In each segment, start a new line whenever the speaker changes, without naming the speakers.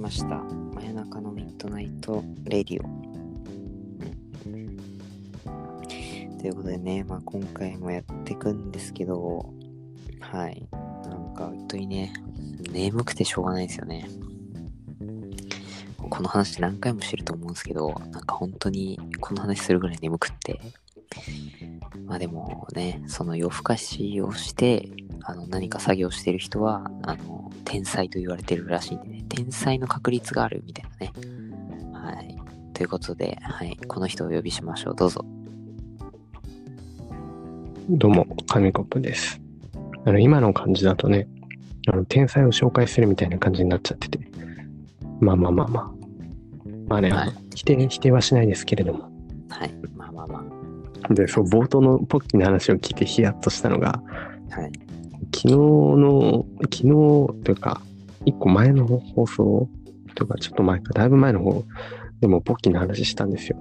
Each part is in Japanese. ました。真夜中のミッドナイトレディオ。うんということでね、まあ、今回もやっていくんですけど、はい。なんか、本当にね、眠くてしょうがないですよね。この話何回もしてると思うんですけど、なんか本当にこの話するぐらい眠くって。まあでもね、その夜更かしをして、あの何か作業してる人は、あの、天才と言われてるらしいんでね、天才の確率があるみたいなね。はい。ということで、はい、この人をお呼びしましょう。どうぞ。
どうも、紙コップです。あの、今の感じだとね、あの、天才を紹介するみたいな感じになっちゃってて。まあまあまあまあ。まあね、あ
は
の否定、否定はしないですけれども。
はい。まあまあま
で、そう、冒頭のポッキーの話を聞いてヒヤッとしたのが、
あ。はい。
昨日の、昨日というか、一個前の放送というか、ちょっと前か、だいぶ前の方でもポッキーの話したんですよ。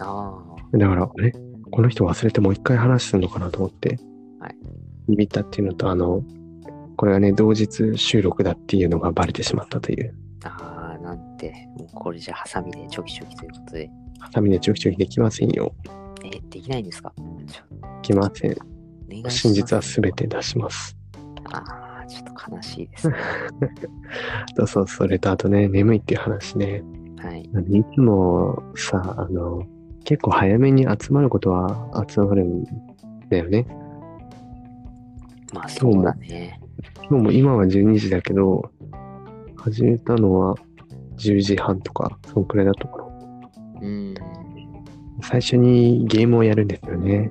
ああ。
だから、えこの人忘れてもう一回話すのかなと思って、
はい
ビビったっていうのと、あの、これがね、同日収録だっていうのがバレてしまったという、
ああ、なんて、もうこれじゃハサミでチョキチョキということで、
ハサミでちょきちょきできませんよ。
えーできないんですかちょ
できません。
お願いします
真実は全て出します。
ああ、ちょっと悲しい ですね。
そうそう、それとあとね、眠いっていう話ね。
はい。
あのいつもさ、あの、結構早めに集まることは集まるんだよね。
まあそうだね。
今日も今は12時だけど、始めたのは10時半とか、そんくらいだったかな。
うん。
最初にゲームをやるんですよね。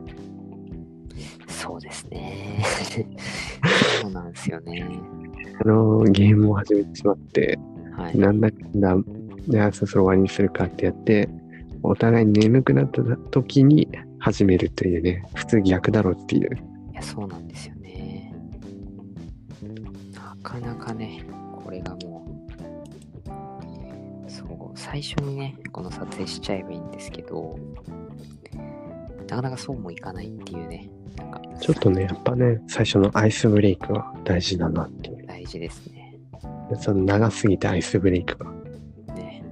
そうです ね。そうなんですよね。
あのゲームを始めてしまって、
はい。
なんだかんだ、じゃあそろそろ終わりにするかってやって、お互い眠くなった時に始めるというね、普通逆だろうっていう。
いや、そうなんですよね。なかなかね、これがもう、そう、最初にね、この撮影しちゃえばいいんですけど、なかなかそうもいかないっていうね、なんか、
ちょっとね、やっぱね、最初のアイスブレイクは大事だなっていう。
大事ですね。
その長すぎたアイスブレイクが
ね、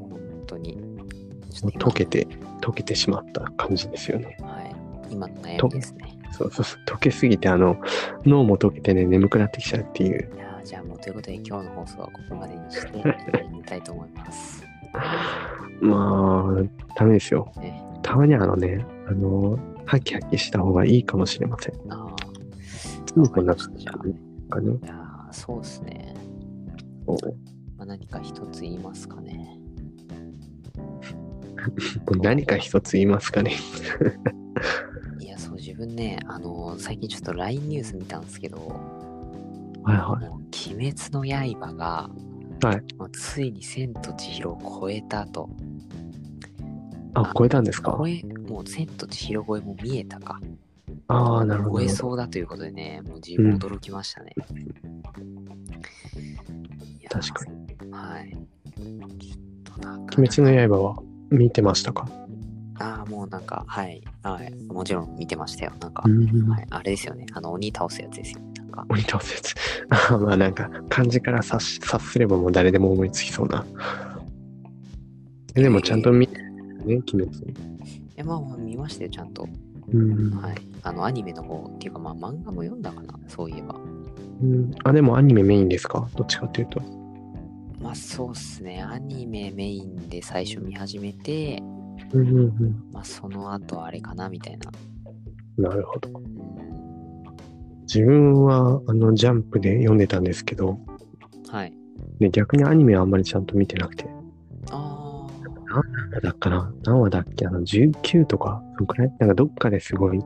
本当に。ちょっと今の
溶け。て、溶けてしまった感じですよね。
はい。今の悩みですね。
そうそうそう、溶けすぎて、あの、脳も溶けてね、眠くなってきちゃうっていう。
いやーじゃあもうということで今日の放送はここまでに して、やりたいと思います。
まあ、ダメですよ。
ね、
たまにあのね、あの、ハキハキした方がいいかもしれません。
ああ。
うんこんな感
じ
じ
ゃ
だ
あ
ねかね。
いやーそうですね。
お
まあ、何か一つ言いますかね。
何か一つ言いますかね。
いや、そう、自分ね、あのー最近ちょっと LINE ニュース見たんですけど、も
はいうは
鬼滅の刃が、
はい
もうついに千と千尋を超えたと。
い。あ、超えたんですか
超え、もう千と千尋超えも見えたか。
ああ、なるほ
超え
ど。
そうだということでね、もう自分驚きましたね。いやー
確か
はい。ちょっとなんか
鬼滅の刃は見てましたか
ああ、もうなんか、はい、はい、もちろん見てましたよ。なんか、
ん
はい、あれですよね、あの、鬼倒すやつですよね。なんか、
鬼倒説。 あーまあなんか、漢字から察し察すればもう誰でも思いつきそうな。えでもちゃんと見てね、鬼滅。
え、まあまあ見ましたよ、ちゃんと。
うん
はい。あの、アニメの方っていうか、まあ漫画も読んだかな、そういえば。
うん。あ、でもアニメメインですかどっちかっていうと。
まあそうっすね、アニメメインで最初見始めて、
うんうんうん。
まあその後あれかな、みたいな。
なるほど。
うん、
自分はあのジャンプで読んでたんですけど、
はい。
で逆にアニメはあんまりちゃんと見てなくて、
あ
何話だっかな何話だっけあの19とか、そのくらいなんかどっかですごい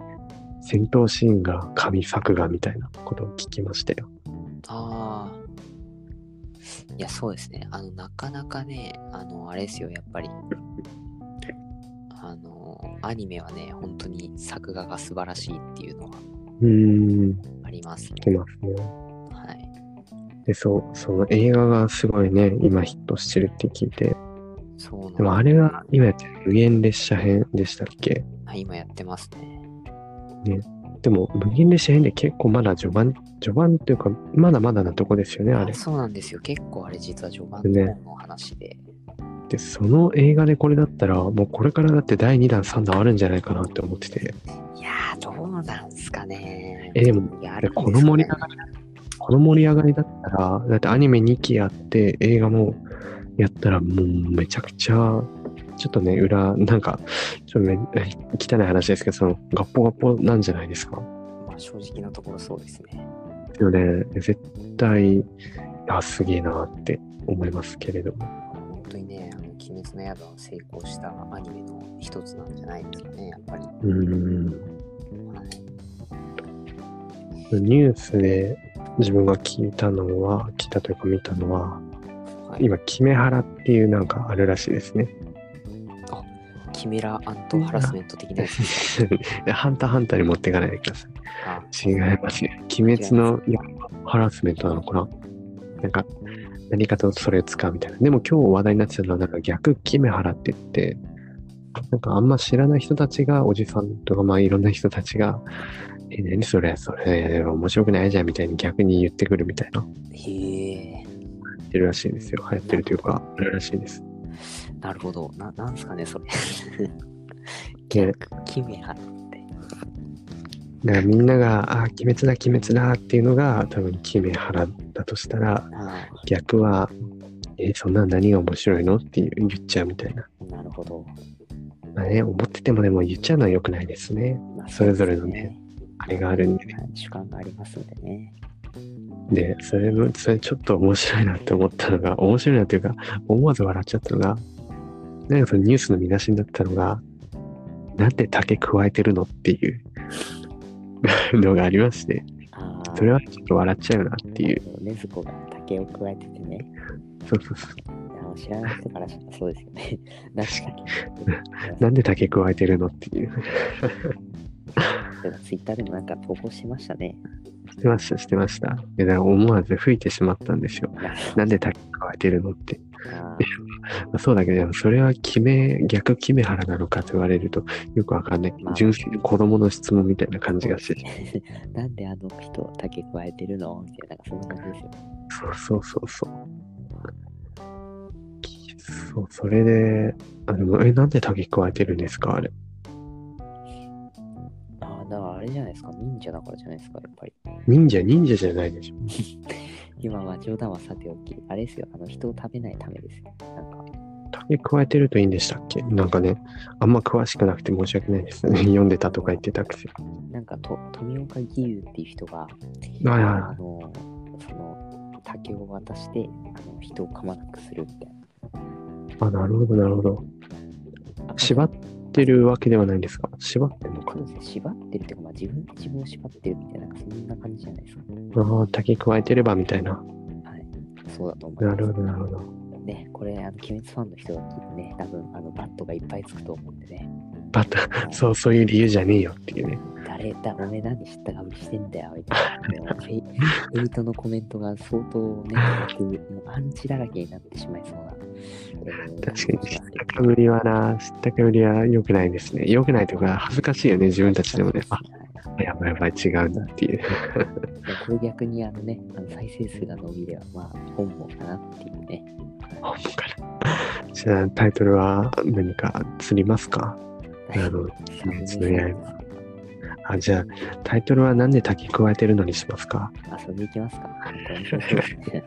戦闘シーンが神作画みたいなことを聞きましたよ。
あ、ああ。いや、そうですね。あの、なかなかね、あの、あれですよ、やっぱり。あの、アニメはね、本当に作画が素晴らしいっていうのは
うーん、
ありますね。
来ますね。
はい。
で、そう、その映画がすごいね、今ヒットしてるって聞いて、
そうなん
でもあれが今やってる無限列車編でしたっけ
はい今やってますね。
でも、無限列車編で結構まだ序盤、序盤っていうか、まだまだなとこですよね、あれ。
そうなんですよ。結構あれ実は序盤の方の話で。
で、その映画でこれだったら、もうこれからだって第2弾、3弾あるんじゃないかなって思ってて、
いやー、どうなんすかね。
えでも
いや、あ
で
るんですよ
こ
ね
の盛り上がり、この盛り上がりだったら、だってアニメ2期やって、映画もやったら、もうめちゃくちゃ、ちょっとね、裏、なんか、ちょっとね、汚い話ですけど、その、ガッポガッポなんじゃないですか。
まあ、正直なところそうですね。
ですよね。絶対、あ、すげえなって思いますけれども。
本当にね、あの鬼滅の刃は成功したアニメの一つなんじゃないですかね、やっぱり。
うーん。
はい
ニュースで自分が聞いたのは、聞いたというか見たのは、
はい、
今、キメハラっていうなんかあるらしいですね。
キメラアントハラスメント的なやつです
ハンターハンターに持っていかないでください。
か。
違いますね。鬼滅のハラスメントなのかななんか、何かとそれを使うみたいな。でも今日話題になってたのは、なんか逆キメハラって言って、なんかあんま知らない人たちが、おじさんとか、まあいろんな人たちが、え、何それ、それ、面白くないじゃんみたいに逆に言ってくるみたいな。
へえ、
流行ってるらしいですよ。流行ってるというか、あるらしいです。
なるほど。な、なんすかね、そ れ。
で、
キメラって。
だからみんなが、あ、鬼滅だ、鬼滅だっていうのが、多分キメハラだとしたら、
あ
逆は、え、そんなん何が面白いのっていう言っちゃうみたいな。
あ、なるほど。
まあね、思っててもでも言っちゃうのは良くないですね。
まあ
それぞれのね。あれがあるんでね。
はい主観がありますんでね。
で、それの、それちょっと面白いなって思ったのが、面白いなっていうか、思わず笑っちゃったのが、なんかそのニュースの見出しになったのが、なんで竹加えてるのっていう のがありまして、
ああ、
それはちょっと笑っちゃうなっていう。
う。禰豆子が竹を加えててね。
そうそうそう。
いや知らない人からしたらそうですよね。 確かに。
なんで竹加えてるのっていう。
ツイッターでもなんか投稿しましたね。
してました、してました。で、だから思わず吹いてしまったんですよ。
なんか
なんで竹加えてるのって。
あ
まあそうだけど、それは決め、逆決め腹なのかと言われるとよくわかんない
まあ。
純粋に子供の質問みたいな感じがして。
ーなんであの人竹加えてるのみたいな、なんかそんな感じですよ。
そうそうそうそう。きそう、それで、あでもえ、なんで竹加えてるんですかあれ。
ああ、だからあれじゃないですか。忍者だからじゃないですか、やっぱり。
忍者、忍者じゃないでしょ。
今は冗談はさておき、あれですよ。あの人を食べないためですよ。なんか、
竹加えてるといいんでしたっけなんかね、あんま詳しくなくて申し訳ないです ね。読んでたとか言ってたくせに。
なんかと富岡義勇っていう人が、
はいはい
あの、その竹を渡して、あの人を噛まなくするみたい
あ、なるほど、なるほど。
な。
縛ってるわけではないんですか縛ってんのか
そうですね、縛ってるっていうか、まあ、自分自分を縛ってるみたいな、なんかそんな感じじゃないですか。
ああ、竹加えてればみたいな。
はい、そうだと思いま
な
す。
るほど、なるほど。
ね、これ、あの鬼滅ファンの人だとね、多分あのバットがいっぱいつくと思うんで ね、
バタ そう、そういう理由じゃねえよっていうね。
誰だ、おめえ何知ったかぶりしてんだよ、みたい な。あのフェイフェイトのコメントが相当ね、もうアンチだらけになってしまいそうな。えー
確かに、知
話な
っ
んで
たかぶりはな、知ったかぶりは良くないですね。良くないというか、恥ずかしいよね、自分たちでもね。あ、
はい
やばいやばい、違うんだっていう。
でこれ逆にあのね、あの再生数が伸びれば、まあ、本望かなっていうね。
本当かな。じゃあ、タイトルは何か釣りますかあ の、
サ
つ
ム
ぶ
ネ
や
さん
い
ですけど
あ、じゃあ、タイトルはなんで滝加えてるのにしますか
あ、それでいきます か。面白そうですね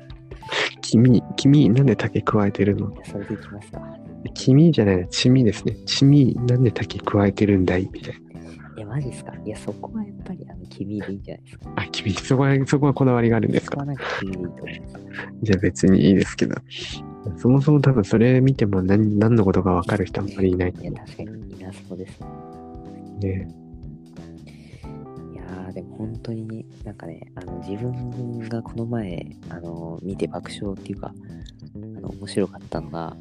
君、君、なんで滝加えてるの
それでいきますか。
君じゃない、チミですね。チミ、なんで滝加えてるんだいみたいな。
いや、マジっすか。いや、そこはやっぱり、あの、君でいいんじゃないですか。
あ、君、そこは、そこはこだわりがあるんです
そこは
か
なんか君でいいと思います。
じゃあ別にいいですけど。そもそも多分それ見ても何何のことが分かる人あんまりいないと
いや、
思
確かにいなそうですね。
うんで。
いやー、でも本当になんかね、あの、自分がこの前、あの、見て爆笑っていうか、あの、面白かったのが、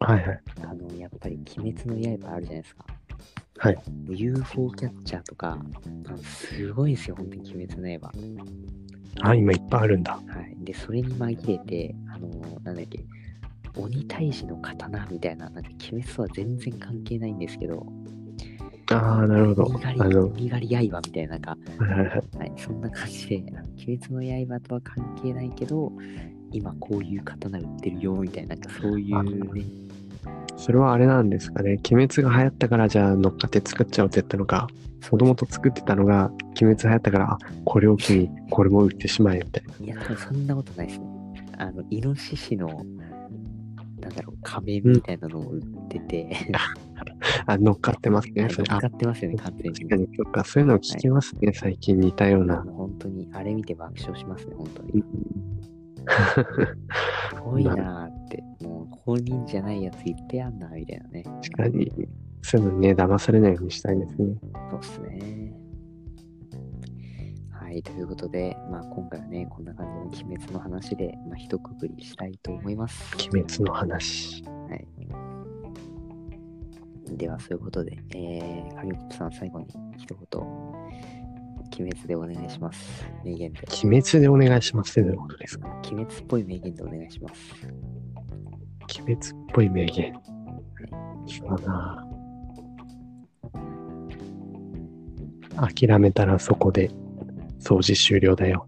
はいはい。
あの、やっぱり、鬼滅の刃あるじゃないですか。
はい
もう。UFO キャッチャーとか、あのすごいんですよ、本当に鬼滅の刃。
あ、今いっぱいあるんだ。
はい、でそれに紛れて、あのーなんだっけ、鬼退治の刀みたいな、なんか鬼滅とは全然関係ないんですけど、
ああ、なるほど。
猪狩
あの、
猪狩刃みたいな、なんか、
はいはいはい
はい、そんな感じで、あの鬼滅の刃とは関係ないけど、今こういう刀売ってるよみたいな、なんかそういうね、
それはあれなんですかね。鬼滅が流行ったから、じゃあ乗っかって作っちゃおうって言ったのか、もともと作ってたのが、鬼滅流行ったから、あ、これを機に、これも売ってしまえ、みたいな。
いや、多分そんなことないですね。あの、イノシシの、なんだろう、仮面みたいなのを売ってて、
あ、乗っかってます ね。それ、
使
あ、
ってますよね、完全
確か
に。
に、そっか、そういうのを聞きますね。最近似たよう
あ
な。
の本当に、あれ見て爆笑しますね、本当 に。すごいなーって、もう公認じゃないやついっぺんあんな、みたいなね。
確かに、そういうのね、騙されないようにしたいですね。
そうっすね。はい、ということで、まあ、今回はね、こんな感じの鬼滅の話で、まあ、一括りしたいと思います。
鬼滅の話。
はい。では、そういうことで、えー、神コさん、最後に一言、鬼滅でお願いします。名言で。
鬼滅でお願いしますってどういうことですか
鬼滅っぽい名言でお願いします。
鬼滅っぽい名言。そうだな諦めたらそこで掃除終了だよ。